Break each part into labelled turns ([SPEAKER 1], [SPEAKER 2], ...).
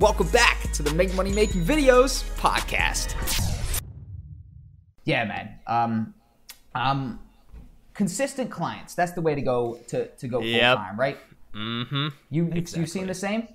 [SPEAKER 1] Welcome back to the Make Money Making Videos podcast. Yeah, man. Um, um, consistent clients. That's the way to go to, to go full
[SPEAKER 2] Yep.
[SPEAKER 1] time, right?
[SPEAKER 2] Mm-hmm.
[SPEAKER 1] You you-
[SPEAKER 2] Exactly.
[SPEAKER 1] you seen the same?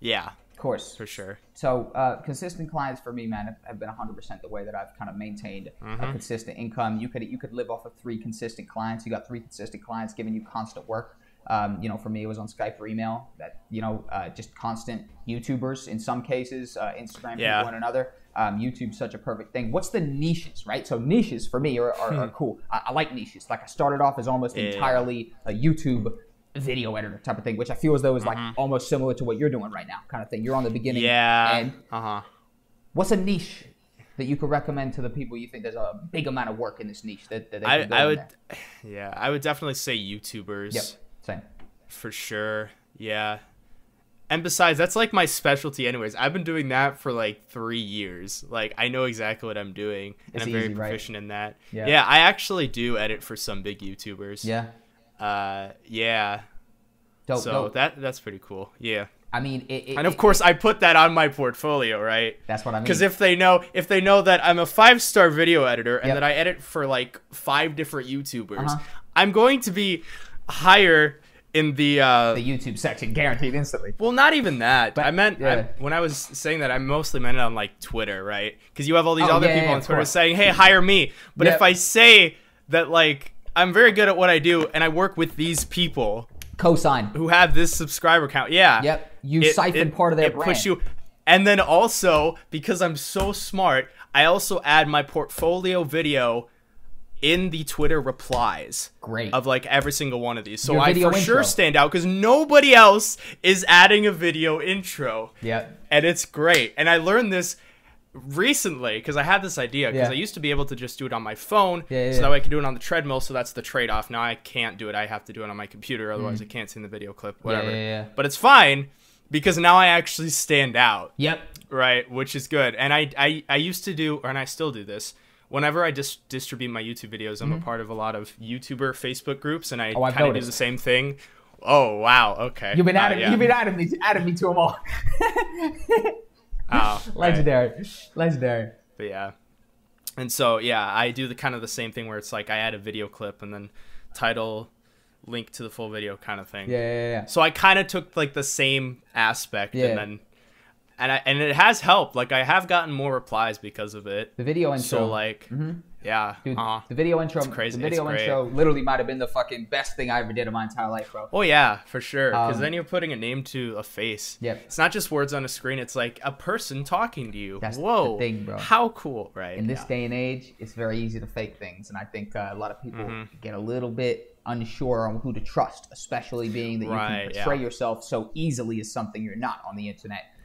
[SPEAKER 2] Yeah,
[SPEAKER 1] Of course.
[SPEAKER 2] for sure.
[SPEAKER 1] So uh, consistent clients for me, man, have, have been 100% the way that I've kind of maintained a consistent income. You could you could live off of three consistent clients. You got three consistent clients giving you constant work. Um, you know, for me, it was on Skype or email. That you know, uh, just constant YouTubers in some cases, uh, Instagram
[SPEAKER 2] Yeah.
[SPEAKER 1] people in another. Um, YouTube's such a perfect thing. What's the niches, right? So niches for me are, are, are cool. I, I like niches. Like I started off as almost entirely a YouTube video editor type of thing, which I feel as though is like almost similar to what you're doing right now, kind of thing. You're on the beginning.
[SPEAKER 2] Yeah.
[SPEAKER 1] And
[SPEAKER 2] Uh huh.
[SPEAKER 1] what's a niche that you could recommend to the people you think there's a big amount of work in this niche that, that they
[SPEAKER 2] I
[SPEAKER 1] can go
[SPEAKER 2] I
[SPEAKER 1] in
[SPEAKER 2] would.
[SPEAKER 1] there?
[SPEAKER 2] Yeah, I would definitely say YouTubers.
[SPEAKER 1] Yep. Same.
[SPEAKER 2] for sure. Yeah. And besides, that's like my specialty, anyways. I've been doing that for like three years. Like, I know exactly what I'm doing, and
[SPEAKER 1] It's
[SPEAKER 2] I'm very
[SPEAKER 1] easy, right?
[SPEAKER 2] proficient in that.
[SPEAKER 1] Yeah.
[SPEAKER 2] Yeah. I actually do edit for some big YouTubers.
[SPEAKER 1] Yeah.
[SPEAKER 2] Uh, yeah.
[SPEAKER 1] Dope.
[SPEAKER 2] so
[SPEAKER 1] dope.
[SPEAKER 2] that that's pretty cool. Yeah.
[SPEAKER 1] I mean, it, it,
[SPEAKER 2] And of
[SPEAKER 1] it-
[SPEAKER 2] course, I put that on my portfolio, right?
[SPEAKER 1] that's what I mean.
[SPEAKER 2] Because if they know if they know that I'm a five star video editor and
[SPEAKER 1] Yep.
[SPEAKER 2] that I edit for like five different YouTubers,
[SPEAKER 1] Uh-huh.
[SPEAKER 2] I'm going to be higher in the uh,
[SPEAKER 1] the YouTube section guaranteed instantly.
[SPEAKER 2] well, not even that. I meant
[SPEAKER 1] yeah.
[SPEAKER 2] I, when I was saying that, I mostly meant it on like Twitter, right? Because you have all these
[SPEAKER 1] Oh,
[SPEAKER 2] other
[SPEAKER 1] yeah,
[SPEAKER 2] people
[SPEAKER 1] yeah,
[SPEAKER 2] on
[SPEAKER 1] of
[SPEAKER 2] Twitter
[SPEAKER 1] course.
[SPEAKER 2] saying, "Hey, hire me." But
[SPEAKER 1] Yep.
[SPEAKER 2] if I say that, like, I'm very good at what I do, and I work with these people
[SPEAKER 1] Cosign.
[SPEAKER 2] who have this subscriber count, yeah.
[SPEAKER 1] Yep. You siphon part of their
[SPEAKER 2] it
[SPEAKER 1] brand.
[SPEAKER 2] push you, and then also because I'm so smart, I also add my portfolio video in the Twitter replies
[SPEAKER 1] Great.
[SPEAKER 2] of like every single one of these. So
[SPEAKER 1] Your
[SPEAKER 2] I
[SPEAKER 1] video
[SPEAKER 2] for sure
[SPEAKER 1] intro.
[SPEAKER 2] stand out because nobody else is adding a video intro.
[SPEAKER 1] Yep.
[SPEAKER 2] And it's great. And I learned this recently because I had this idea because
[SPEAKER 1] Yeah.
[SPEAKER 2] I used to be able to just do it on my phone.
[SPEAKER 1] Yeah, yeah,
[SPEAKER 2] so
[SPEAKER 1] yeah.
[SPEAKER 2] that way I could do it on the treadmill. So that's the trade off. Now I can't do it. I have to do it on my computer. Otherwise, I can't see the video clip, whatever.
[SPEAKER 1] Mm. yeah, yeah.
[SPEAKER 2] But it's fine because now I actually stand out
[SPEAKER 1] Yep.
[SPEAKER 2] right which is good and I, I i used to do and i still do this whenever i dis- distribute my youtube videos i'm a part of a lot of youtuber facebook groups and i
[SPEAKER 1] Mm-hmm. Oh, I've
[SPEAKER 2] kind of do
[SPEAKER 1] noticed.
[SPEAKER 2] the same thing oh wow okay
[SPEAKER 1] You've been
[SPEAKER 2] Uh,
[SPEAKER 1] out of
[SPEAKER 2] yeah.
[SPEAKER 1] you've been out of me out of me to them all.
[SPEAKER 2] Oh, right.
[SPEAKER 1] Legendary. Legendary.
[SPEAKER 2] but yeah and so yeah i do the kind of the same thing where it's like i add a video clip and then title link to the full video kind of thing
[SPEAKER 1] Yeah, yeah, yeah.
[SPEAKER 2] So I kind of took like the same aspect
[SPEAKER 1] Yeah.
[SPEAKER 2] and then and I, and it has helped. Like I have gotten more replies because of it.
[SPEAKER 1] The video intro.
[SPEAKER 2] so like
[SPEAKER 1] Mm-hmm.
[SPEAKER 2] yeah.
[SPEAKER 1] Dude,
[SPEAKER 2] uh-huh.
[SPEAKER 1] the video intro,
[SPEAKER 2] crazy.
[SPEAKER 1] the video
[SPEAKER 2] It's great.
[SPEAKER 1] intro, literally might have been the fucking best thing I ever did in my entire life, bro.
[SPEAKER 2] Oh yeah, for sure. Because
[SPEAKER 1] Um,
[SPEAKER 2] then you're putting a name to a face.
[SPEAKER 1] Yep.
[SPEAKER 2] It's not just words on a screen. It's like a person talking to you.
[SPEAKER 1] That's the
[SPEAKER 2] Whoa.
[SPEAKER 1] thing, bro.
[SPEAKER 2] How cool, right?
[SPEAKER 1] in this
[SPEAKER 2] yeah.
[SPEAKER 1] day and age, it's very easy to fake things, and I think uh, a lot of people
[SPEAKER 2] Mm-hmm.
[SPEAKER 1] get a little bit unsure on who to trust, especially being that you
[SPEAKER 2] Right,
[SPEAKER 1] can
[SPEAKER 2] yeah.
[SPEAKER 1] portray yourself so easily as something you're not on the internet.